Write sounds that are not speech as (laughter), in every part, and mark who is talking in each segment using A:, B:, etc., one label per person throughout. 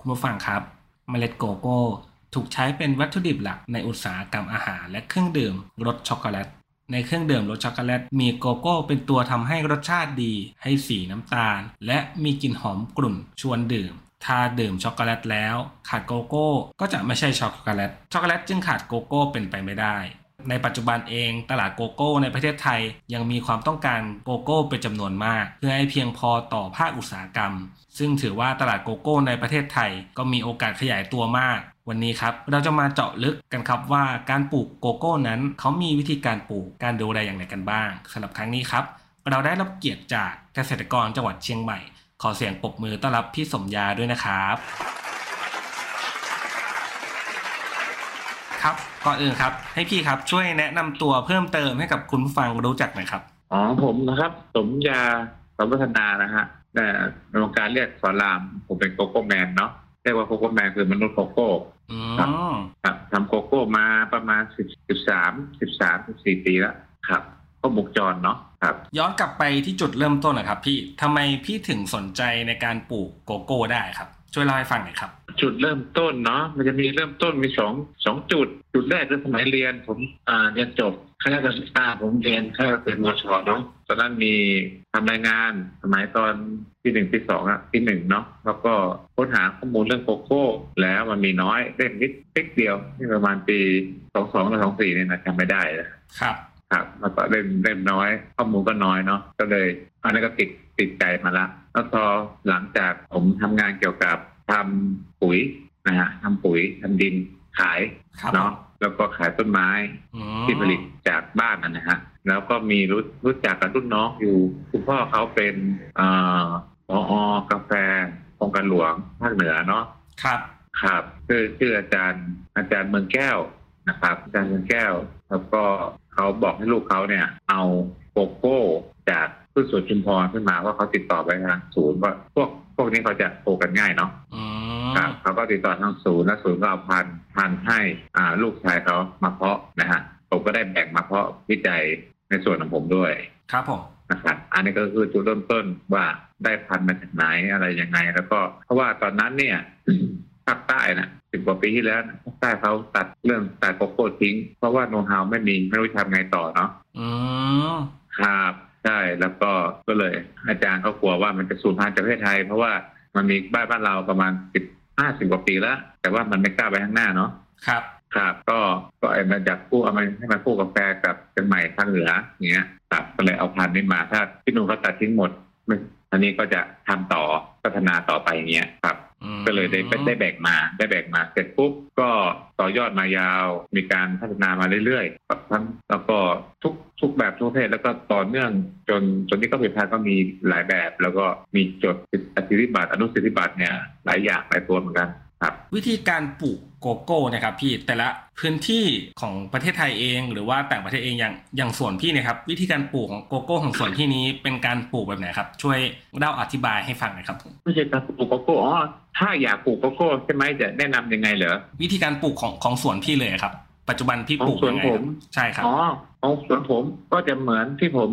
A: คุณผู้ฟังครับ เมล็ดโกโก้ ถูกใช้เป็นวัตถุดิบหลักในอุตสาหกรรมอาหารและเครื่องดื่มรสช็อกโกแลต ในเครื่องดื่มรสช็อกโกแลตมีโกโก้เป็นตัวทำให้รสชาติดี ให้สีน้ำตาล และมีกลิ่นหอมกลุ่นชวนดื่ม ถ้าดื่มช็อกโกแลตแล้ว ขาดโกโก้ก็จะไม่ใช่ช็อกโกแลต ช็อกโกแลตจึงขาดโกโก้เป็นไปไม่ได้ ในปัจจุบันเองตลาดโกโก้ในประเทศไทยยังมีความต้องการโกโก้เป็นจำนวนมาก เพื่อให้เพียงพอต่อภาคอุตสาหกรรม ซึ่งถือว่าตลาดโกโก้ในประเทศไทยก็มีโอกาสขยายตัวมาก วันนี้ครับ เราจะมาเจาะลึกกันครับว่าการปลูกโกโก้นั้นเขามีวิธีการปลูกการดูแลอย่างไรกันบ้างสำหรับครั้งนี้ครับ เราได้รับเกียรติจากเกษตรกรจังหวัดเชียงใหม่ ขอเสียงปรบมือต้อนรับพี่สมยาด้วยนะครับ ครับก่อนอื่นครับ ให้พี่ครับช่วยแนะนำตัวเพิ่มเติมให้กับคุณผู้ฟังรู้จักหน่อยครับ
B: อ๋อผมนะครับ สมยาสมวัฒนานะฮะแต่ในวงการเรียกสอนราม ผมเป็นโกโก้แมนเนาะเรียกว่าโกโก้แมนคือมนุษย์โกโก้
A: อื
B: ครับ
A: ม
B: ครับทำโกโก้มาประมาณสิบสิบสามสิบสามสิบสี่ปีแล้วครับ ก็บุกจรเนาะครับ
A: ย้อนกลับไปที่จุดเริ่มต้นนะครับ พี่ทำไมพี่ถึงสนใจในการปลูกโกโก้ได้ครับ ช่วยเล่าให้ฟังหน่อยครับ
B: จุดเริ่มต้นเนาะมันจะมีเริ่มต้นมีสองสองจุด จุดแรกคือสมัยเรียน ผมอ่าเรียนจบคณะการศึกษาผมเรียนคณะเป็นมชเนาะตอนนั้นมีทำรายงานสมัยตอนที่หนึ่งที่สองอะที่หนึ่งเนาะแล้วก็ค้นหาข้อมูลเรื่องโกโก้ แล้วมันมีน้อยเล่มนิดเล็กเดียวที่ประมาณปีสองสองหรือสองสี่เนี่ยนะจำไม่ได้แล้ว
A: ครับ
B: ครับแล้วก็เล่นเล่นน้อย ข้อมูลก็น้อยเนาะก็เลยอันนี้นก็ติดติดใจมาละแล้วพอหลังจากผมทำงานเกี่ยวกับทำปุ๋ยนะฮะทำปุ๋ยทำดินขาย
A: ครับ
B: เนาะแล้วก็ขายต้นไม้
A: อืม
B: ที่ผลิตจากบ้านนะนะฮะแล้วก็มีรู้รู้จักกับรุ่นน้องอยู่คุณพ่อเขาเป็นเอ่อพออกาแฟโครงการหลวงภาคเหนือเนาะ
A: ครับ
B: ครับชื่อชื่ออาจารย์อาจารย์เมืองแก้วนะครับ อาจารย์เมืองแก้ว แล้วก็เขาบอกให้ลูกเขาเนี่ย เอาโกโก้จากพืชสวนชุมพรขึ้นมาว่าเขาติดต่อไปทางศูนย์ว่าพวกพวกนี้เขาจะโกกันง่ายเนาะ
A: อืม
B: ครับเขาก็ติดต่อทางศูนย์และศูนย์ก็เอาพันธุ์พันธุ์ให้อ่าลูกชายเขามาเพาะนะฮะผมก็ได้แบ่งมาเพาะวิจัยในส่วนของผมด้วย
A: ครับผม
B: นะครับอันนี้ก็คือจุดเริ่มต้นว่าได้พันธุ์มาจากไหนอะไรยังไง แล้วก็เพราะว่าตอนนั้นเนี่ย (coughs) ภาคใต้นะสิบกว่าปีที่แล้วนะภาคใต้เขาตัดเรื่องตัดโกโก้ทิ้ง เพราะว่าโน้ตฮาวไม่มีไม่รู้จะทำไงต่อเนาะ
A: อืม
B: ครับใช่แล้วก็ก็เลย อาจารย์เขากลัวว่ามันจะสูญพันธุ์จากประเทศไทย เพราะว่ามันมีบ้านบ้านเราประมาณสิบห้าสิบกว่าปีแล้ว แต่ว่ามันไม่กล้าไปข้างหน้าเนาะ
A: ครับ
B: ครับก็ก็เอามาจากคู่เอามาให้มาคู่กาแฟกับเชียงใหม่ภาคเหนืออย่างเงี้ยครับก็เลยเอาพันธุ์นี้มาถ้าพี่หนุ่มเขาตัดทิ้งหมดไม่อันนี้ก็จะทำต่อพัฒนาต่อไปอย่างเงี้ยครับ
A: อืม
B: ก็เลยได้ได้ได้แบ่งมาได้แบ่งมาเสร็จปุ๊บก็ต่อยอดมายาว มีการพัฒนามาเรื่อยๆทั้งแล้วก็ทุกทุกแบบทุกประเภทแล้วก็ต่อเนื่องจนจนที่ก็ผลิตภัณฑ์ก็มีหลายแบบ แล้วก็มีจดอธิริบัตรอนุสิทธิบัตรเนี่ยหลายอย่างหลายตัวเหมือนกันครับ
A: วิธีการปลูกโกโก้เนะครับ พี่แต่ละพื้นที่ของประเทศไทยเองหรือว่าต่างประเทศเองอย่างอย่างส่วนพี่เนะครับ วิธีการปลูกของโกโก้ของส่วนที่นี้เป็นการปลูกแบบไหนครับ ช่วยเล่าอธิบายให้ฟังหน่อยครับผม
B: ไม่ใช่การปลูกโกโก้อ๋อถ้าอยากปลูกโกโก้ใช่ไหมจะแนะนำยังไงเหรอ
A: วิธีการปลูกของของส่วนพี่เลยครับ ปัจจุบันพี่ปลูก
B: ของสวน
A: ยังไงครับ
B: ผม
A: ใช่ครับ
B: อ๋อของสวนผมก็จะเหมือนที่ผม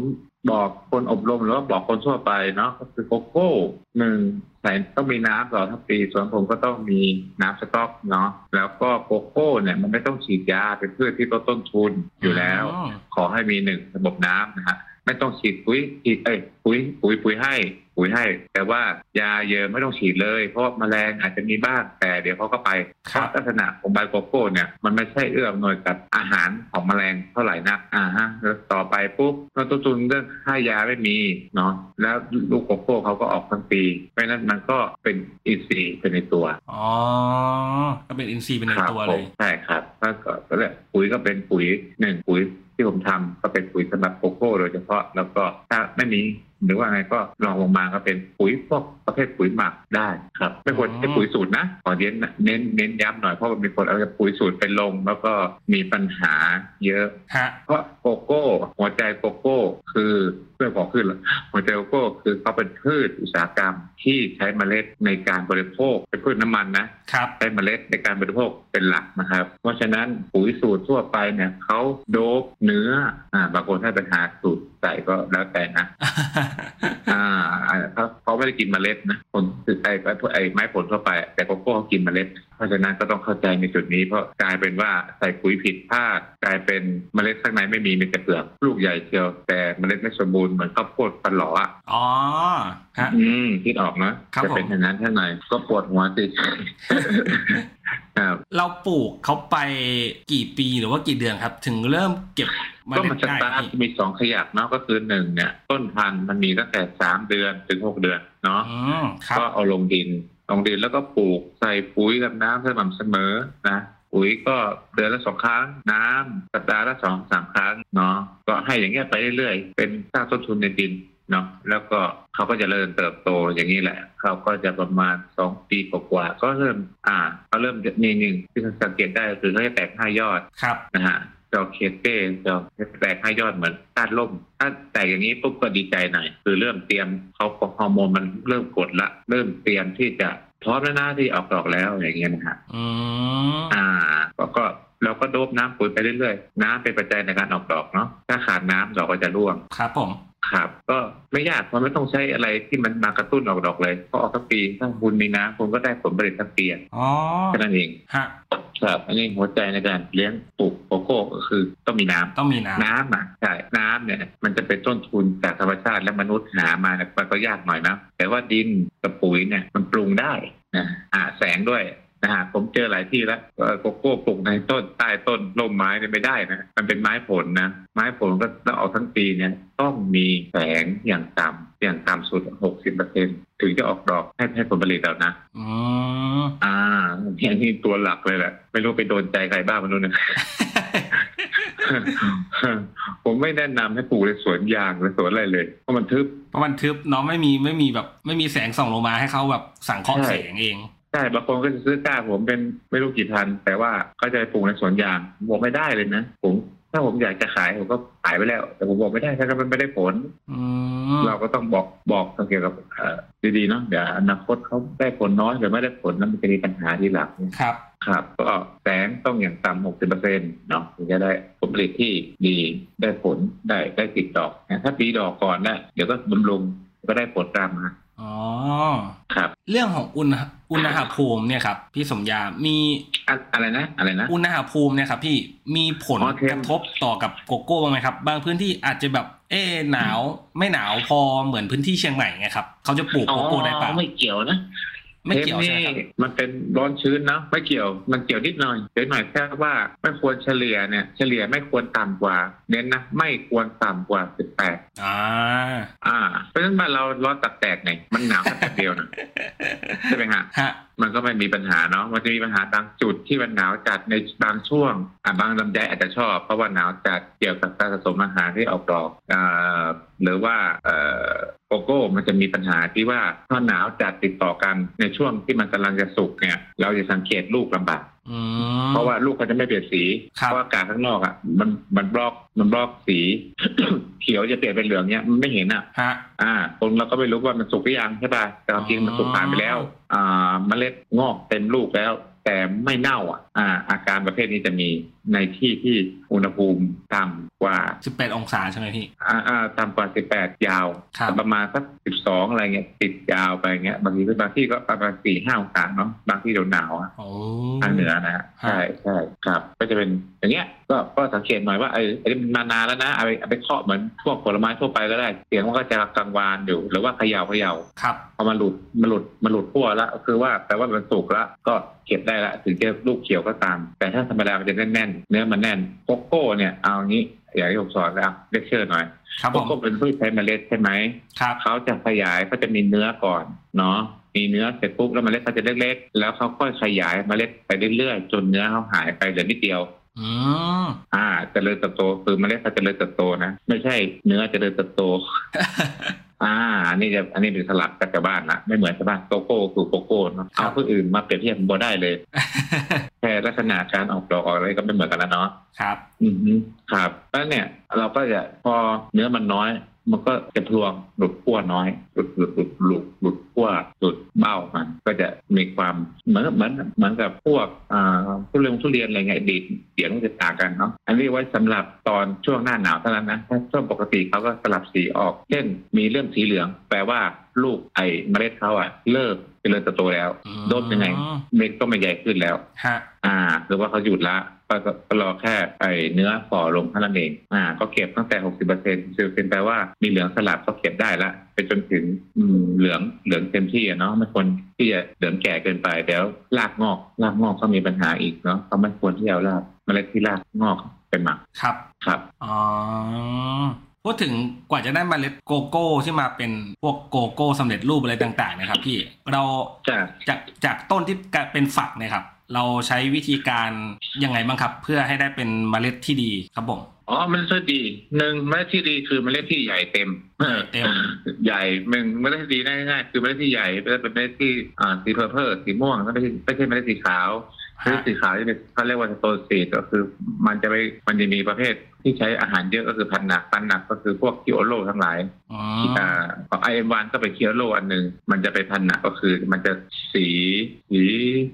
B: บอกคนอบรมหรือว่าบอกคนทั่วไปเนาะก็คือโกโก้หนึ่งใส่ต้องมีน้ำตลอดทั้งปีสวนผมก็ต้องมีน้ำสต๊อกเนาะแล้วก็โกโก้เนี่ยมันไม่ต้องฉีดยาเป็นพืชที่ลดต้นทุนอยู่แล้ว
A: ม
B: ขอให้มีหนึ่งระบบน้ำนะฮะไม่ต้องฉีดปุ๋ยฉีดเอ้ยปุ๋ยปุ๋ยปุ๋ยให้ ปุ๋ยให้ แต่ว่ายาเยอะไม่ต้องฉีดเลย เพราะแมลงอาจจะมีบ้างแต่เดี๋ยวเขาก็ไป
A: ค
B: เพ
A: รับ
B: ราะลักษณะของใบโกโก้เนี่ยมันไม่ใช่เอื้ออำนวยกับอาหารของแมลงเท่าไหร่นักอ่าฮะแล้วต่อไปปุ๊บเราต้นทุนเรื่องค่ายาไม่มีเนาะแล้วลูกโกโก้เขาก็ออกทั้งปี เพราะฉะนั้นมันก็เป็นอินทรีย์เป็นในตัว
A: อ๋อ ก็เป็นอินซีย์เป็นใน
B: ครับ
A: ตัว
B: ผ
A: เล
B: ม
A: ย
B: ใช่ครับแล้วก็แล้วแหละปุ๋ยก็เป็นปุ๋ยหนึ่งปุ๋ยที่ผมทำก็เป็นปุ๋ยสำหรับโกโก้โดยเฉพาะแล้วก็ถ้าไม่มีหรือว่าไงก็ลองลงมาก็เป็นปุ๋ยพวกประเภทปุ๋ยหมักได้ครับ ไม่ควร
A: อืม
B: ใช้ปุ๋ยสูตรนะขอเน้นเน้นเน้นย้ำหน่อยเพราะมันมีคนเอาปุ๋ยสูตรไปลง แล้วก็มีปัญหาเยอะ
A: ฮะ
B: เพราะโกโก้ หัวใจโกโก้ คือเพื่อนบอกขึ้นเหรอหัวใจโกโก้คือเขาเป็นพืชอุตสาหกรรมที่ใช้เมล็ดในการบริโภคเป็นพืชน้ำมันนะ
A: ครับ (laughs)
B: ใช้เมล็ดในการบริโภคเป็นหลักนะครับ เพราะฉะนั้นปุ๋ยสูตรทั่วไปเนี่ยเขาโดบเนื้ออ่าบางคนถ้าไปหาสูตรใส่ก็แล้วแต่นะ อ่าอ่าเขาเขาไม่ได้กินเมล็ดนะผลไอ้ไอ้ไม้ผลทั่วไป แต่โกโก้เขากินเมล็ด เพราะฉะนั้นก็ต้องเข้าใจในจุดนี้ เพราะกลายเป็นว่าใส่ปุ๋ยผิดพลาดกลายเป็นเมล็ดข้างในไม่มีมีแต่เปลือกลูกใหญ่เชียวแต่เมล็ดไม่สมบูรณ์เหมือนข้าวโพดปันหลออ่ะ
A: อ๋อ ฮะ
B: อืมคิดออกนะครับ จะเป็น
A: ผม
B: อย่างนั้นท่างในก็ปวดหัวสิ ครับ
A: เราปลูกเขาไปกี่ปีหรือว่ากี่เดือนครับ ถึงเริ่มเก็บเล็
B: ก็
A: ด
B: มันสตาร์ท
A: พี่
B: มีสองขยักเนาะก็คือหนึ่งเนี่ย ต้นพันธุ์มันมีตั้งแต่สามเดือนถึงหกเดือนเนาะ
A: อืมครับ
B: ก็เอาลงดินลงดินแล้วก็ปลูกใส่ปุ๋ยกับน้ำสม่ำเสมอนะปุ๋ยก็เดือนละสองครั้งน้ำสัปดาห์ละสองสามครั้งเนาะก็ให้อย่างเงี้ยไปเรื่อยๆ เป็นสร้างต้นทุนในดินเนาะแล้วก็เขาก็จะเริ่มเติบโตอย่างนี้แหละเขาก็จะประมาณสองปีกว่าๆก็เริ่มอ่าเขาเริ่มจะมีหนึ่งที่สังเกตได้ก็คือเขาจะแตกห้ายอด
A: ครับ
B: นะฮะจอเคเต้จอแตกห้ายอดเหมือนธาตุล่ม ถ้าแตกอย่างนี้ปุ๊บก็ดีใจหน่อย คือเริ่มเตรียมเขาฮอร์โมนมันเริ่มกดละ เริ่มเตรียมที่จะพร้อมแล้วนะที่ออกดอกแล้วอย่างเงี้ยนะฮะ
A: อืม
B: อ่าก็ก็เราก็โดบน้ำปุ๋ยไปเรื่อยๆ น้ำเป็นปัจจัยในการออกดอกเนาะ ถ้าขาดน้ำดอกก็จะร่วง
A: ครับผม
B: ครับ ก็ไม่ยากเพราะไม่ต้องใช้อะไรที่มันมากระตุ้นออกดอกเลย ก็ออกทั้งปี ถ้าคุณมีน้ำคุณก็ได้ผลผลิตทั้งปีอะ
A: อ๋อ
B: แค่นั้นเอง
A: ฮะ
B: ครับ อันนี้หัวใจในการเลี้ยงปลูกโกโก้ก็คือต้องมีน้ำ
A: ต้องมีน้ำ
B: น้ำอ่ะใช่น้ำเนี่ยมันจะเป็นต้นทุนจากธรรมชาติและมนุษย์หามาเนี่ยมันก็ยากหน่อยนะ แต่ว่าดินกับปุ๋ยเนี่ยมันปรุงได้นะอ่าแสงด้วยนะฮะผมเจอหลายที่แล้วเอ่อโกโก้ปลูกในต้นใต้ต้นร่มไม้เนี่ยไม่ได้นะมันเป็นไม้ผลนะไม้ผลก็ต้องออกทั้งปีเนี่ยต้องมีแสงอย่างต่ำอย่างต่ำสุด 60%ถึงจะออกดอกให้ให้ผลผลิตเรานะ
A: อืม (laughs)
B: อ่าเนี่ยนี่ตัวหลักเลยแหละไม่รู้ไปโดนใจใครบ้างไมันรู้นะ (laughs) ผมไม่แนะนำให้ปลูกในสวนยางหรือสวนอะไรเลย เพราะมันทึบ
A: เพราะมันทึบเนาะไม่มีไม่มีแบบ ไม่มีแสงส่องลงมาให้เขาแบบสังเคราะห์
B: ใช่
A: แสงเอง
B: ใช่บางคนก็จะซื้อก้าผมเป็นไม่รู้กี่พัน แต่ว่าก็จะไปปลูกในสวนยางบอกไม่ได้เลยนะผมถ้าผมอยากจะขายผมก็ขายไปแล้ว แต่ผมบอกไม่ได้ถ้ามันไม่ได้ผล
A: อืม
B: เราก็ต้องบอกบอกเกี่ยวกับเอ่อดีๆเนาะเดี๋ยวอนาคตเขาได้ผลน้อยหรือไม่ได้ผลแล้วมันจะมีปัญหาทีหลัง
A: ครับ
B: ครับก็แสงต้องอย่างต่ำหกสิบเปอร์เซ็นต์เนาะถึงจะได้ผลผลิตที่ดีได้ผลได้ได้ติดดอกนะถ้าปีดอกก่อนนะเดี๋ยวก็บำรุงก็ได้ผลตามมา
A: อ๋อ
B: ครับ
A: เรื่องของอุณหอุณหภูมิเนี่ยครับพี่สมยา มี
B: อะอะไรนะอะไรนะ
A: อุณหภูมิเนี่ยครับพี่มีผล
B: อ๋อเท
A: ก
B: ม
A: ระทบต่อกับโกโก้บ้างไหมครับ บางพื้นที่อาจจะแบบ เอ๊ะหนาวไม่หนาวพอเหมือนพื้นที่เชียงใหม่ไงครับเขาจะปลูกโกโก้ได้ปะ
B: อ๋อไม่เกี่ยวนะ
A: ไม่เกี่ยวใช่ไหมครับ
B: เทปนี่มันเป็นร้อนชื้นเนาะไม่เกี่ยวมันเกี่ยวนิดหน่อยเดี๋ยวหน่อยแค่ว่าไม่ควรเฉลี่ยเนี่ยเฉลี่ยไม่ควรต่ำกว่า เน้นนะไม่ควรต่ำกว่าสิบแปด
A: อ่า
B: อ่าเพราะฉะนั้นบ้านเราร้อนตับแตกไงมันหนาวแค่แป๊บเดียวนะใช่ไหมฮะ
A: ฮะ
B: มันก็ไม่มีปัญหาเนาะ มันจะมีปัญหาบางจุดที่มันหนาวจัดในบางช่วง อ่ะบางลำไยอาจจะชอบ เพราะว่าหนาวจัดเกี่ยวกับการผสมอาหารที่ออกดอกอ่าหรือว่าเอ่อโกโก้มันจะมีปัญหาที่ว่าถ้าหนาวจัดติดต่อกันในช่วงที่มันกำลังจะสุกเนี่ย เราจะสังเกตลูกลำบาก
A: อืม
B: เพราะว่าลูกเขาจะไม่เปลี่ยนสี
A: ครับ
B: เพราะอากาศข้างนอกอ่ะ มันมันบล็อกมันบล็อกสี (coughs) เขียวจะเปลี่ยนเป็นเหลืองเนี่ยมันไม่เห็นอ่ะ
A: ฮะ
B: อ่าคนเราก็ไม่รู้ว่ามันสุกหรือยังใช่ป่ะแต่ความจริงมันสุกผ่านไปแล้ว อ่าเมล็ดงอกเต็มลูกแล้ว แต่ไม่เน่าอ่ะอ่าอาการประเภทนี้จะมี ในที่ที่อุณหภูมิต่ำกว่า
A: 18 องศาใช่ไหมพี่
B: อ่าอ่าต่ำกว่า 18 ยาว
A: ครับ
B: ประมาณสัก12 อะไรเงี้ยติดยาวไปเงี้ย บางทีบางที่ก็ประมาณ4 5องศาเนาะบางที่เดี๋ยวหนาวอะ
A: โอ้
B: ทางเหนือนะฮะ
A: ฮะ
B: ใช่ใช่ครับ ก็จะเป็นอย่างเงี้ยก็ก็สังเกตหน่อยว่าเออไอ้นี่มันมานานแล้วนะเอาไปเอาไปเคาะเหมือนพวกผลไม้ทั่วไปก็ได้เสียงมันก็จะกังวานอยู่ หรือว่าเขย่าเขย่า
A: ครับ
B: พอมันหลุดมันหลุดมันหลุดขั้วละก็คือว่าแปลว่ามันสุกละก็เก็บได้ละถึงจะลูกเขียวก็ตาม แต่ถ้าธรรมดามันจะแน่นๆเนื้อมันแน่นโกโก้เนี่ยเอางี้อย่างที่ผมสอนแล้วเลคเชอร์หน่อย
A: ครับผ
B: เขา
A: ม
B: ก็เป็นพืชใช้เมล็ดใช่ไหม
A: ครับ
B: เขาจะขยายเขาจะมีเนื้อก่อนเนาะ มีเนื้อเสร็จปุ๊บแล้วเมล็ดเขาจะเล็กๆ แล้วเขาก็ขยายเมล็ดไปเรื่อยๆ จนเนื้อเขาหายไปเหลือนิดเดียว
A: อืม (laughs)
B: อ่าเจริญเติบโตคือเมล็ดเขาเจริญเติบโตนะ ไม่ใช่เนื้อเจริญเติบโต อ่าอันนี้จะอันนี้เป็นสลับกับชาวบ้านละไม่เหมือนชาวบ้านโกโก้คือโกโก้เนาะ
A: ครับ
B: เอาพืชอื่นมาเปรียบเทียบบ่ได้เลย แค่ลักษณะการออกดอกออกอะไรก็ไม่เหมือนกันแล้วเนาะ
A: ครับ
B: อืมฮึครับแล้วเนี่ยเราก็จะพอเนื้อมันน้อย มันก็จะพลวงหลุดขั้วน้อย หลุดหลุดหลุดหลุดหลุดขั้วหลุดเบ้ามัน ก็จะมีความเหมือนเหมือนเหมือนกับพวกอ่าทุเรียนทุเรียนอะไรเงี้ยดีดเสียงมันจะต่างกันเนาะอันนี้ไว้สำหรับตอนช่วงหน้าหนาวเท่านั้นนะถ้าช่วงปกติเขาก็สลับสีออก เช่นมีเริ่มสีเหลือง แปลว่าลูกไอ้เมล็ดเขาอะเลิกเจริญเติบโตแล้ว
A: อืม
B: โดดยังไงเม็ดก็ไม่ใหญ่ขึ้นแล้ว
A: ฮะ
B: อ่าหรือว่าเขาหยุดละก็ก็รอแค่ไอเนื้อฝ่อลงเท่านั้นเองอ่า ก็เก็บตั้งแต่หกสิบเปอร์เซ็นต์สิบเปอร์เซ็นต์แปลว่ามีเหลืองสลับก็เก็บได้ละไปจนถึงอืมเหลืองเหลืองเต็มที่อะเนาะไม่ควรที่จะเหลืองแก่เกินไปเดี๋ยวรากงอกรากงอกก็มีปัญหาอีกเนาะเขาไม่ควรที่จะเอารากเมล็ดที่รากงอกไปหมัก
A: ครับ
B: ครับ
A: อ๋อ พูดถึงกว่าจะได้มเมล็ดโกโก้ที่มาเป็นพวกโกโก้สำเร็จรูปอะไรต่างๆ นะครับพี่ เรา
B: จาก
A: จากจากต้นที่กลายเป็นฝักเนะครับ เราใช้วิธีการยังไงบ้างครับ เพื่อให้ได้เป็นมเมล็ดที่ดีครับผม
B: อ๋อเมันก็ดทีหนึ่งเมล็ดที่ดีคือเมล็ดที่ใหญ่เต็ม
A: เต็ม
B: (laughs) ใหญ่หนึ่งเมล็ดที่ดีง่ายๆคือเมล็ดที่ใหญ่เมล็ดเป็นเมล็ดที่อ่าสีเพอร์เพลสีม่วงไม่ใช่ไม่ใช่เมล็ดสีขาว พื
A: ฮะ
B: ชสีขาวที่เป็นเขาเรียกว่าสโตนซีดก็คือ มันจะไปมันจะมีประเภทที่ใช้อาหารเยอะก็คือพันธุ์หนักพันธุ์หนักก็คือพวกคิโอโลทั้งหลาย
A: อืม
B: อ่าไอเอ็มวันก็เป็นคิโอโลอันหนึ่งมันจะไปพันธุ์หนักก็คือ มันจะสีสี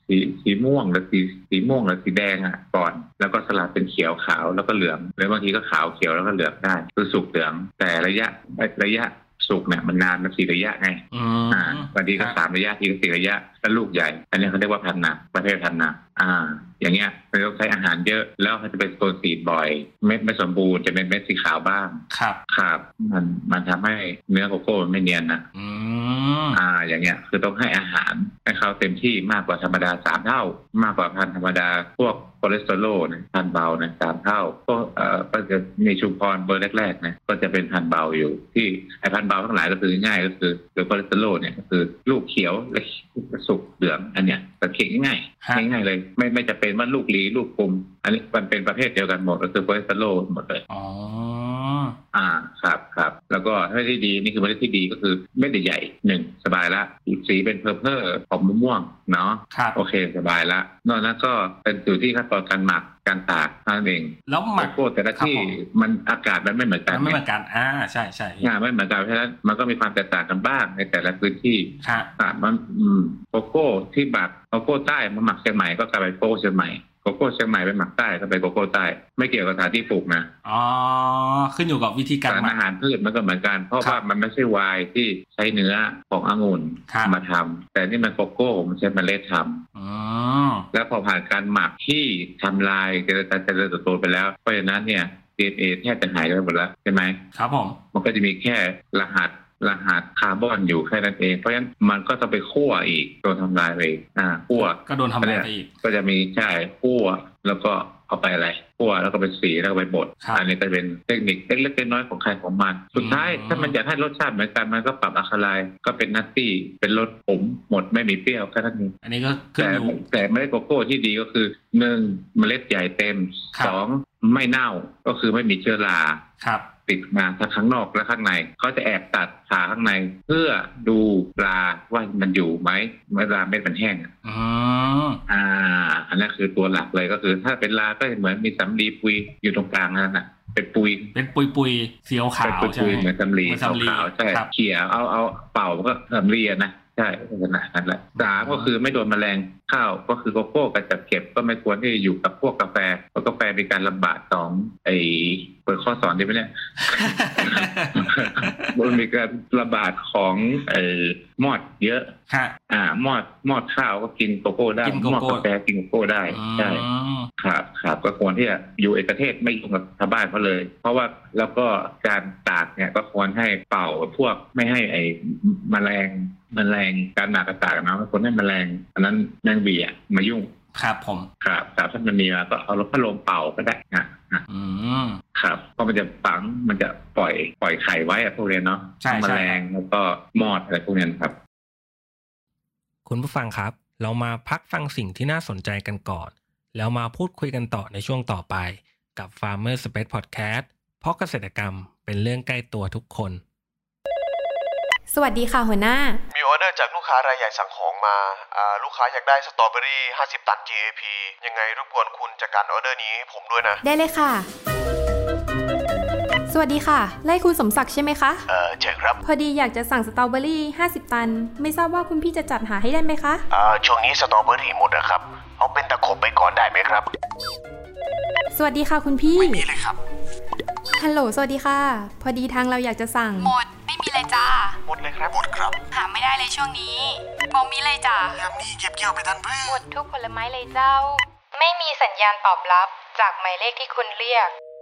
B: สีสีม่วงหรือสีสีม่วงหรือสีแดงอ่ะก่อน แล้วก็สลับเป็นเขียวขาวแล้วก็เหลืองหรือบางทีก็ขาวเขียวแล้วก็เหลืองได้คือสุกเหลือง แต่ระยะระยะสุกเนี่ยมันนานมันสี่ระยะไง
A: อื
B: อ่าม บางทีก็
A: ครับ
B: สามระยะทีก็สี่ระยะแล้วลูกใหญ่ อันนี้เขาเรียกว่าพันธุ์หนักประเภทพันธุ์หนักอ่า อย่างเงี้ยมันต้องใช้อาหารเยอะแล้วเขาจะเป็นโซนสีดบ่อย เม็ดไม่สมบูรณ์จะเป็นเม็ดสีขาวบ้าง
A: ครับ
B: ครับมันมันทำให้เนื้อโกโก้มันไม่เนียนนะ
A: อืม
B: อ่า อย่างเงี้ยคือต้องให้อาหารให้เขาเต็มที่มากกว่าธรรมดาสามเท่า มากกว่าพันธุ์ธรรมดาพวกคอเลสเตอรอลนะพันธุ์เบานะสามเท่าก็เอ่อก็จะมีชุมพรเบอร์แรกๆนะก็จะเป็นพันธุ์เบาอยู่ ที่ไอพันธุ์เบาทั้งหลายก็คือง่ายก็คือหรือคอเลสเตอรอลเนี่ยก็คือลูกเขียวและสุกเหลืองอันเนี้ยสังเกตง่าย
A: ฮะ
B: ๆง่ายๆเลย ไม่ไม่จะเป็นว่าลูกหลีลูกกลมอันนี้มันเป็นประเภทเดียวกันหมดก็คือคอเลสเตอรอลหมดเลย
A: อ๋อ
B: อ่าครับครับแล้วก็เมล็ดที่ดีนี่คือเมล็ดที่ดีก็คือเม็ดใหญ่ๆหนึ่งสบายละอีกสีเป็นเพอร์เพอร์ของมะม่วงเนาะ
A: ครับ
B: โอเคสบายละนอกนั้นก็เป็นอยู่ที่ขั้นตอนการหมักการตากเท่านั้นเอง
A: แล้วหมัก
B: โกโก้แต่ละที่
A: ครับผม
B: มันอากาศมันไม่เหมือนกัน
A: ไม่เหมือนกัน อ่า ใช่ใช่
B: งานไม่เหมือนกันเพราะฉะนั้นมันก็มีความแตกต่างกันบ้างในแต่ละพื้นที่
A: ค่ะ
B: อ่ามันอืมโกโก้ที่หมักโกโก้ใต้มาหมักเชียงใหม่ก็กลายเป็นโกโก้เชียงใหม่โกโก้เชียงใหม่ไปหมักใต้ก็เป็นโกโก้ใต้ไม่เกี่ยวกับสถานที่ปลูกนะ
A: อ๋อ ขึ้นอยู่กับวิธีกา
B: สาร
A: ห
B: ร
A: มั
B: อาก หารพืชมันก็เหมือนกัน เพราะ
A: ครับ
B: ว่ามันไม่ใช่ไวน์ที่ใช้เนื้อขององุ่น
A: ครับ
B: มาทำแต่นี่มันโกโก้มันใช้เมล็ดทำ
A: อืม
B: แล้วพอผ่านการหมักที่ทำลายเจริญเจริญเติบโตไปแล้ว เพราะฉะนั้นเนี่ย DNA แทบจะหายไปหมดแล้วใช่ไหม
A: ครับผม
B: มันก็จะมีแค่รหัสรหัสคาร์บอนอยู่แค่นั้นเอง เพราะฉะนั้นมันก็ต้องไปคั่วอีกโดนทำลายไปอีกอ่าคั่ว
A: ก็โดนทำลายไปอีก
B: ก็จะมีใช่คั่วแล้วก็เอาไปอะไรคั่วแล้วก็ไปสีแล้วก็ไปบด
A: ครับ
B: อันี้ก็เป็นเทคนิคเล็กๆน้อยๆของใครของมัน สุดท้าย
A: อืม
B: ถ้ามันอยากให้รสชาติเหมือนกันมันก็ปรับอะคาไลน์ก็เป็นนัตตี้เป็นรสขมหมดไม่มีเปรี้ยวแค่นั้นเอง
A: อันนี้ก็ขึ้น
B: แต่
A: อยู่
B: แต่เมล็ดโกโก้ที่ดีก็คือหนึ่งเมล็ดใหญ่เต็ม
A: ครับ
B: สองไม่เน่าก็คือไม่มีเชื้อรา
A: ครับ
B: ติดมาทั้งข้างนอกและข้างในเขาจะแอบตัดขาข้างใน เพื่อดูปลาว่ามันอยู่ไหมเวลาเม็ดมันแห้งอะ
A: อืม
B: อ่า อันนั้นคือตัวหลักเลยก็คือ ถ้าเป็นลาก็เหมือนมีสำลีปุยอยู่ตรงกลางนั่นน่ะ เป็นปุย
A: เป็นปุยปุยๆสีขาว
B: เป็นปุย
A: ๆใช่
B: ปุ
A: ไห
B: ยเห
A: ม
B: มือนสำลี
A: เหมือน
B: ขา
A: สำลี
B: วๆใช่
A: ครับ
B: เขี่ยเอาเอาเป่าก็สำลีอะนะ ใช่ขนาดนั้นแหละสามก็คือไม่โดนแมลงข้าวก็คือโกโก้กับจัดเก็บก็ไม่ควรที่จะอยู่กับพวกกาแฟเพราะกาแฟมีการระบาดของไอ้เปิดข้อสอนได้ไหมเนี่ย มันมีการระบาดของไอ้มอดเยอะ
A: (laughs) ฮะ
B: อ่ามอดมอดข้าวก็กินโกโก้ได้
A: กินโก
B: มอด
A: โก้
B: กาแฟกินโกโก้ได้ใช่
A: อืม
B: ครับครับก็ควรที่จะอยู่เอกเทศไม่ยุ่งกับชาวบ้านเขาเลย เพราะว่าแล้วก็การตากเนี่ยก็ควรให้เป่าพวกไม่ให้ไอ้มแมลงมแมลงการหนักกระตากนะไม่ควรให้มแมลงอันนั้นแมงบีอ่ะมายุ่ง
A: ครับผม
B: ครับครับถ้ามันมีมาก็เอาพัดลมเป่าก็ได้นะนะ
A: อืม
B: ครับเพราะมันจะฝังมันจะปล่อยปล่อยไข่ไว้อะพวกเนี้ยเนาะ
A: ใช่ใช่
B: แมลงแล้วก็มอดอะไรพวกเนี้ยนะครับ
A: คุณผู้ฟังครับ เรามาพักฟังสิ่งที่น่าสนใจกันก่อน แล้วมาพูดคุยกันต่อในช่วงต่อไป กับ Farmer Space Podcast เพราะเกษตรกรรมเป็นเรื่องใกล้ตัวทุกคน
C: สวัสดีค่ะหัวหน้า
D: มีออเดอร์จากลูกค้ารายใหญ่สั่งของมาอ่าลูกค้าอยากได้สตรอเบอรี่ 50 ตัน GAP ยังไงรบกวนคุณจัดการออเดอร์นี้ให้ผมด้วยนะ
C: ได้เลยค่ะ สวัสดีค่ะ ไล่คุณสมศักดิ์ใช่ไหมคะ
D: เออใช่ครับ
C: พอดีอยากจะสั่งสตรอเบอรี่ 50 ตัน ไม่ทราบว่าคุณพี่จะจัดหาให้ได้ไหมคะ
D: อ่าช่วงนี้สตรอเบอรี่หมดนะครับ เอาเป็นตะขบไปก่อนได้ไหมครับ
C: สวัสดีค่ะคุณพี่
D: นี่เลยครับ
C: ฮัลโหล สวัสดีค่ะ พอดีทางเราอยากจะสั่ง
E: หมด ไม่มีเลยจ้า
D: หมดเลยครับ หมดครับ
E: หาไม่ได้เลยช่วงนี้มองมีเลยจ้า
D: ยามนี้เก็บเกี่ยวไปทันเพื่อ
E: หมดทุกผลไม้เลยเจ้า ไม่มีสัญญาณตอบรับ จากหมายเลขที่คุณเรียก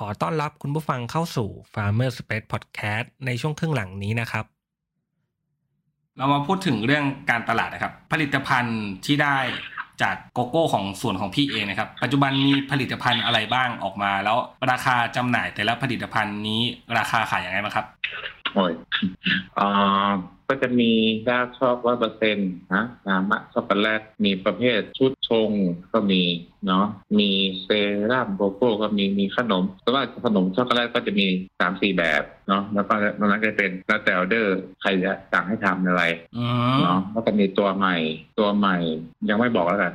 A: ขอต้อนรับคุณผู้ฟังเข้าสู่ Farmer Space Podcast ในช่วงครึ่งหลังนี้นะครับ เรามาพูดถึงเรื่องการตลาดนะครับ ผลิตภัณฑ์ที่ได้จากโกโก้ของส่วนของพี่เองนะครับ ปัจจุบันมีผลิตภัณฑ์อะไรบ้างออกมา แล้วราคาจำหน่ายแต่ละผลิตภัณฑ์นี้ราคาขายยังไงบ้างครับ
B: โอ้ย (laughs) เอ่อก็จะมีดาร์กช็อกร้อยเปอร์เซ็นต์นะนามะช็อกโกแลต มีประเภทชุดชงก็มีเนาะ มีเซรั่มโกโก้ก็มี มีขนมแต่ว่าขนมช็อกโกแลตก็จะมีสามสี่แบบเนาะ แล้วก็นอกนั้นก็จะเป็นแล้วแต่ออเดอร์ใครจะสั่งให้ทำอะไร
A: อืม (laughs)
B: เนาะ แล้วก็มีตัวใหม่ ตัวใหม่ ยังไม่บอกแล้วกัน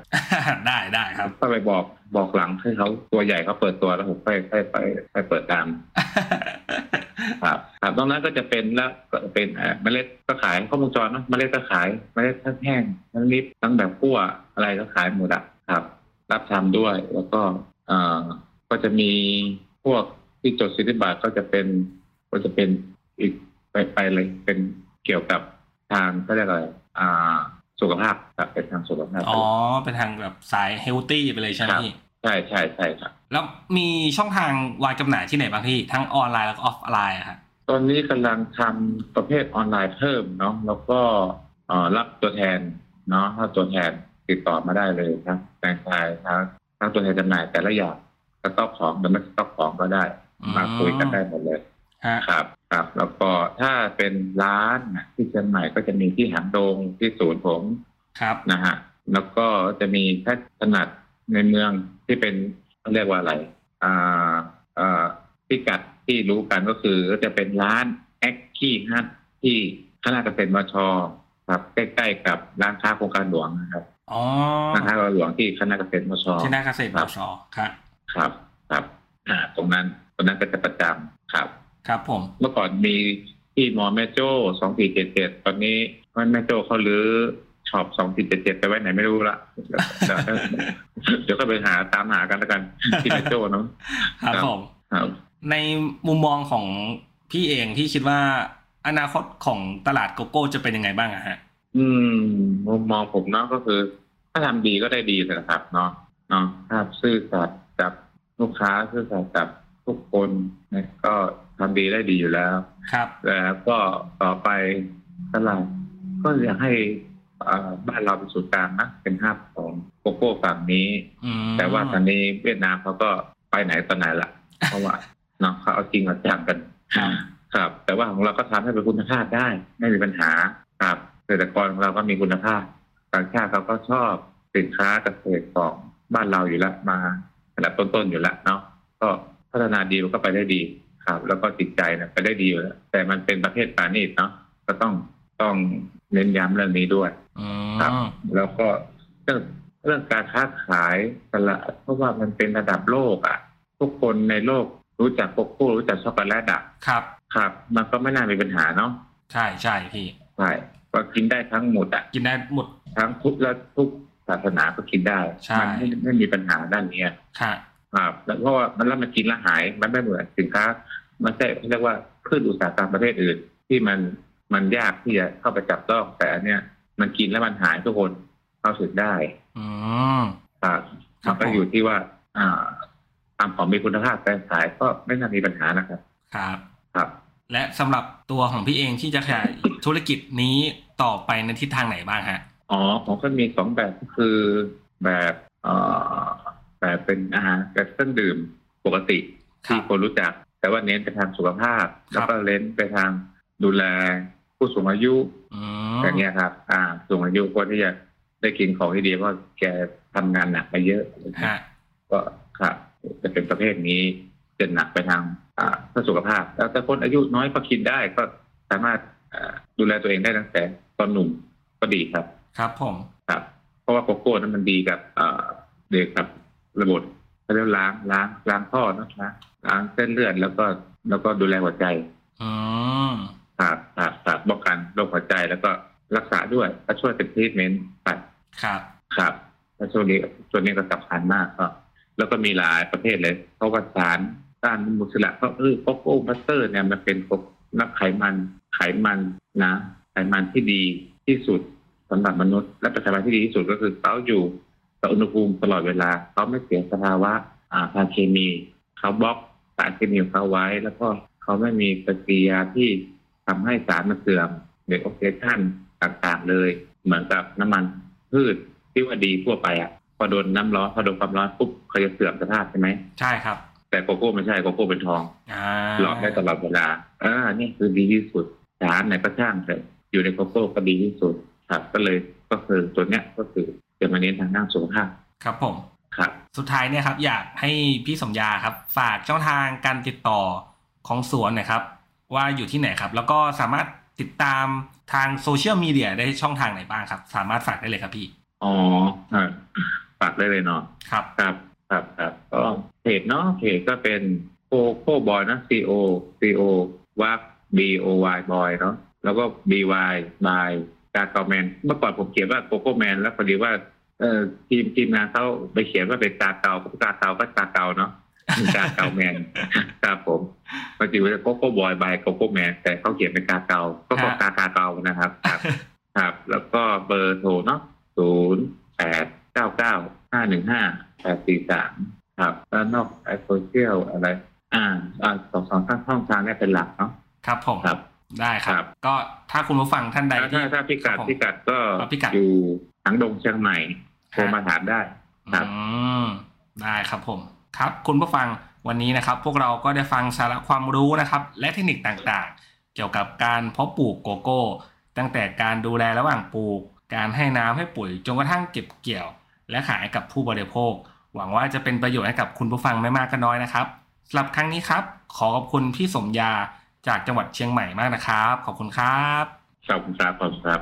A: ได้ได้ครับ (laughs)
B: ถ้าไปบอกบอกหลังให้เขาตัวใหญ่เขาเปิดตัวแล้วผมไปไปไปไปเปิดตาม ครับครับตรงนั้นก็จะเป็นแล้วก็เป็นเอ่อเมล็ดก็ขายข้อมูลจรเนอะเมล็ดก็ขายเมล็ดทั้งแห้งทั้งนิบทั้งแบบคั่วอะไรก็ขายหมดอะครับ รับทำด้วยแล้วก็เอ่อก็จะมีพวกที่จดสิทธิบัตรก็จะเป็นก็จะเป็นอีกไปไปเลยเป็นเกี่ยวกับทางก็เรียกอะไรอ่าสุขภาพครับเป็นทางสุขภาพ
A: อ๋อ เป็นทางแบบสายเฮลตี้ไปเลยใช่ไหม
B: ครับ
A: พี่
B: ใช่ใช่ใช่ครับ
A: แล้วมีช่องทางวางจำหน่ายที่ไหนบ้างพี่ ทั้งออนไลน์แล้วก็ออฟไลน์อะครับ
B: ตอนนี้กำลังทำประเภทออนไลน์เพิ่มเนาะแล้วก็เอ่อรับตัวแทนเนาะถ้าตัวแทนติดต่อมาได้เลยครับแตงไทยทั้งทั้งตัวแทนจำหน่ายแต่ละอย่างสต็อกของหรือไม่สต็อกของก็ได้มาคุยกันได้หมดเลย
A: ฮะ
B: ครับครับ แล้วก็ถ้าเป็นร้านน่ะที่เชียงใหม่ก็จะมีที่หางดงที่ศูนย์ผม
A: ครับ
B: นะฮะแล้วก็จะมีถ้าถนัดในเมืองที่เป็นเรียกว่าอะไรอ่าอ่า พิกัดที่รู้กันก็คือก็จะเป็นร้านแอคขี้ฮัทที่ข้างหน้าเกษตรมชครับ ใกล้ๆกับร้านค้าโครงการหลวงนะครับ
A: อ๋อ
B: ร้านค้าโครงการหลวงที่ข้างหน้าเกษตรมช
A: ที่หน้าเกษตรบชครับ
B: ครับ ครับอ่าตรงนั้นตรงนั้นก็จะประจำครับ
A: ครับผม
B: เมื่อก่อนมีที่มอแม่โจ้สองสี่เจ็ดเจ็ดตอนนี้แม่โจ้เขาลือช็อปสองสี่เจ็ดเจ็ดไปไว้ไหนไม่รู้ละ (laughs) เดี๋ยวเดี๋ยว (laughs) เดี๋ยวก็ไปหาตามหากันแล้วกันที่แม่โจ้เนาะ
A: ครับผม
B: ครับ
A: ในมุมมองของพี่เองที่คิดว่าอนาคตของตลาดโกโก้จะเป็นยังไงบ้างอะฮะ
B: อืมมุมมองผมเนาะก็คือ ถ้าทำดีก็ได้ดีเลยนะครับเนาะเนาะถ้าซื่อสัตย์กับลูกค้าซื่อสัตย์กับทุกคนเนี่ยก็ทำดีได้ดีอยู่แล้ว
A: ครับ
B: แล้วก็ต่อไปตลาดก็อยากให้อ่าบ้านเราเป็นศูนย์กลางนะเป็นห้าของโกโก้ฝั่งนี้
A: อืม
B: แต่ว่าตอนนี้เวียดนามเขาก็ไปไหนตอนไหนละเพราะว่า เนาะเขาเอาจริงเอาจังกัน
A: ครับ
B: ครับ แต่ว่าของเราก็ทำให้เป็นคุณภาพได้ ไม่มีปัญหาครับเกษตรกรของเราก็มีคุณภาพต่างชาติเขาก็ชอบสินค้าเกษตรของบ้านเราอยู่ละมาระดับต้นๆอยู่ละเนาะก็พัฒนาดีมันก็ไปได้ดีครับ แล้วก็จิตใจนะไปได้ดีอยู่แล้วแต่มันเป็นประเภทปานีตเนาะก็ต้องต้องเน้นย้ำเรื่องนี้ด้วย
A: อื
B: ครับ
A: ม
B: แล้วก็เรื่องเรื่องการค้าขายตลาดเพราะว่ามันเป็นระดับโลกอะ่ะ ทุกคนในโลกรู้จักโกโก้รู้จักช็อกโกแลตอะ
A: ครับ
B: ครับ มันก็ไม่น่ามีปัญหาเนาะ
A: ใช่ใช่พี่
B: ใช่ว่ากินได้ทั้งหมดอะ่ะ
A: กินได้หมด
B: ทั้งทุกและทุกศาสนาก็กินได้
A: ใช่
B: มัไม่ไม่มีปัญหาด้านเนี้ย
A: ค่ะ
B: ครับแล้วเพราะว่ามันแล้วมันกินและหายมันไม่เหมือนสินค้า มันแต่เรียกว่าพืชอุตสาหกรรมประเภทอื่น ที่มันมันยากที่จะเข้าไปจับต้องแต่อันเนี้ยมันกินแล้วมันหายทุกคนเข้าถึงได้
A: อืม
B: ครับ
A: ครั
B: มั
A: บ
B: น
A: ผม
B: ก็อยู่ที่ว่า อ่าทำของมีคุณภาพการขายก็ไม่น่ามีปัญหานะครับ
A: ครับ
B: ครับ
A: และสำหรับตัวของพี่เองที่จะขยายธุรกิจนี้ต่อไปในทิศทางไหนบ้างฮะ
B: อ๋อผมก็มีสองแบบก็คือแบบเอ่อแบบเป็นอาหารแบบเครื่องดื่มปกติ
A: ครับ
B: ที่คนรู้จัก แต่ว่าเน้นไปทางสุขภาพ
A: ครับ
B: แล้วก็เน้นไปทางดูแลผู้สูงอายุ
A: อืม
B: อย่างเงี้ยครับ อ่า สูงอายุควรที่จะได้กินของที่ดีเพราะแกทำงานหนักมาเยอะอะไรเงี้ย
A: ฮะ
B: ก็ครับจะเป็นประเภทนี้จะหนักไปทางอ่าเพื่อสุขภาพ แล้วแต่คนอายุน้อยก็กินได้ก็สามารถอ่าดูแลตัวเองได้ตั้งแต่ตอนหนุ่มก็ดีครับ
A: ครับผม
B: ครับ เพราะว่าโกโก้นั้นมันดีกับอ่าเด็กกับระบบเขาเรียกว่าล้างล้างล้างท่อนะล้างล้างเส้นเลือดแล้วก็แล้วก็ดูแลหัวใจ
A: อืม
B: ครับครับครับป้องกันโรคหัวใจแล้วก็รักษาด้วยก็ช่วยเป็นทรีทเมนต์ไป
A: ครับ
B: ครับแล้วช่วงนี้ช่วงนี้ก็สำคัญมากครับ แล้วก็มีหลายประเภทเลย เพราะว่าสารต้านอนุมูลอิสระก็เออโกโก้พัสเตอร์เนี่ยมันเป็นพวกนับไขมันไขมันนะไขมันที่ดีที่สุดสำหรับมนุษย์ และเป็นไขมันที่ดีที่สุดก็คือเขาอยู่กับอุณหภูมิตลอดเวลาเขาไม่เสียสภาวะอ่าทางเคมีเขาบล็อกสารเคมีของเขาไว้ แล้วก็เขาไม่มีปฏิกิริยาที่ทำให้สารมันเสื่อมหรือออกซิเดชันต่างๆ เลย เหมือนกับน้ำมันพืช ที่ว่าดีทั่วไปอ่ะพอโดนน้ำร้อนพอโดนความร้อนปุ๊บเขาจะเสื่อมสภาพใช่ไหม
A: ใช่ครับ
B: แต่โกโก้ไม่ใช่โกโก้เป็นทอง
A: อ่า
B: หลอดได้ตลอดเวลาอ่านี่คือดีที่สุดสารไหนก็ช่างแต่อยู่ในโกโก้ก็ดีที่สุดครับก็เลยก็คือตัวเนี้ยก็คือจะมาเน้นทางด้านสุขภาพ
A: ครับผม
B: ครับ
A: สุดท้ายเนี่ยครับ อยากให้พี่สมยาครับ ฝากช่องทางการติดต่อของสวนหนะครับ ว่าอยู่ที่ไหนครับ แล้วก็สามารถติดตามทางโซเชียลมีเดียได้ช่องทางไหนบ้างครับ สามารถฝากได้เลยครับพี่
B: อ๋ออ่ะ (coughs) ฝากได้เลยเนาะ
A: ครับ
B: ครับครับครับก็เพจเนาะเพจก็เป็นโกโก้บอยนะ C O C O วัก B O Y บอยเนาะแล้วก็ B Y by กาโกแมนเมื่อก่อนผมเขียนว่าโกโก้แมนแล้วพอดีว่าเออทีมทีมงานเขาไปเขียนว่าเป็นกาเกาตาเกาก็ตาเกาเนาะ (laughs) เป็นกาเกาแมน ครับผมมันจริงๆเป็นโกโก้บอยบายโกโก้แมนแต่เขาเขียนเป็นกาเกาก็บอกกากาเกานะครับครับ ครับ แล้วก็เบอร์โทรเนาะศูนย์แปดเก้าเก้าห้าหนึ่งห้าแปดสี่สามครับแล้วนอกไอโซเชียลอะไร อ่าอ่าสองสองข้างช่องทางเนี่ยเป็นหลักเนาะ
A: ครับผม
B: ครับ
A: ได้ครั
B: ครับ บ
A: ก็ถ้าคุณผู้ฟังท่านใด
B: แล้ว
A: ที่
B: ถ้าถ้าพิกัด
A: ครับผม
B: พิกัดก็
A: เอาพิกัด
B: อยู่หางดงเชียงใหม่โทรมาถามได้ ครับ
A: อืมได้ครับผม ครับคุณผู้ฟังวันนี้นะครับ พวกเราก็ได้ฟังสาระความรู้นะครับ และเทคนิคต่างๆ เกี่ยวกับการเพาะปลูกโกโก้ ตั้งแต่การดูแลระหว่างปลูก การให้น้ำให้ปุ๋ยจนกระทั่งเก็บเกี่ยว และขายกับผู้บริโภค หวังว่าจะเป็นประโยชน์ให้กับคุณผู้ฟังไม่มากก็น้อยนะครับสำหรับครั้งนี้ครับ ขอขอบคุณพี่สมยาจากจังหวัดเชียงใหม่มากนะครับ ขอบคุณครับ
B: ขอบคุณครับขอบคุณครับ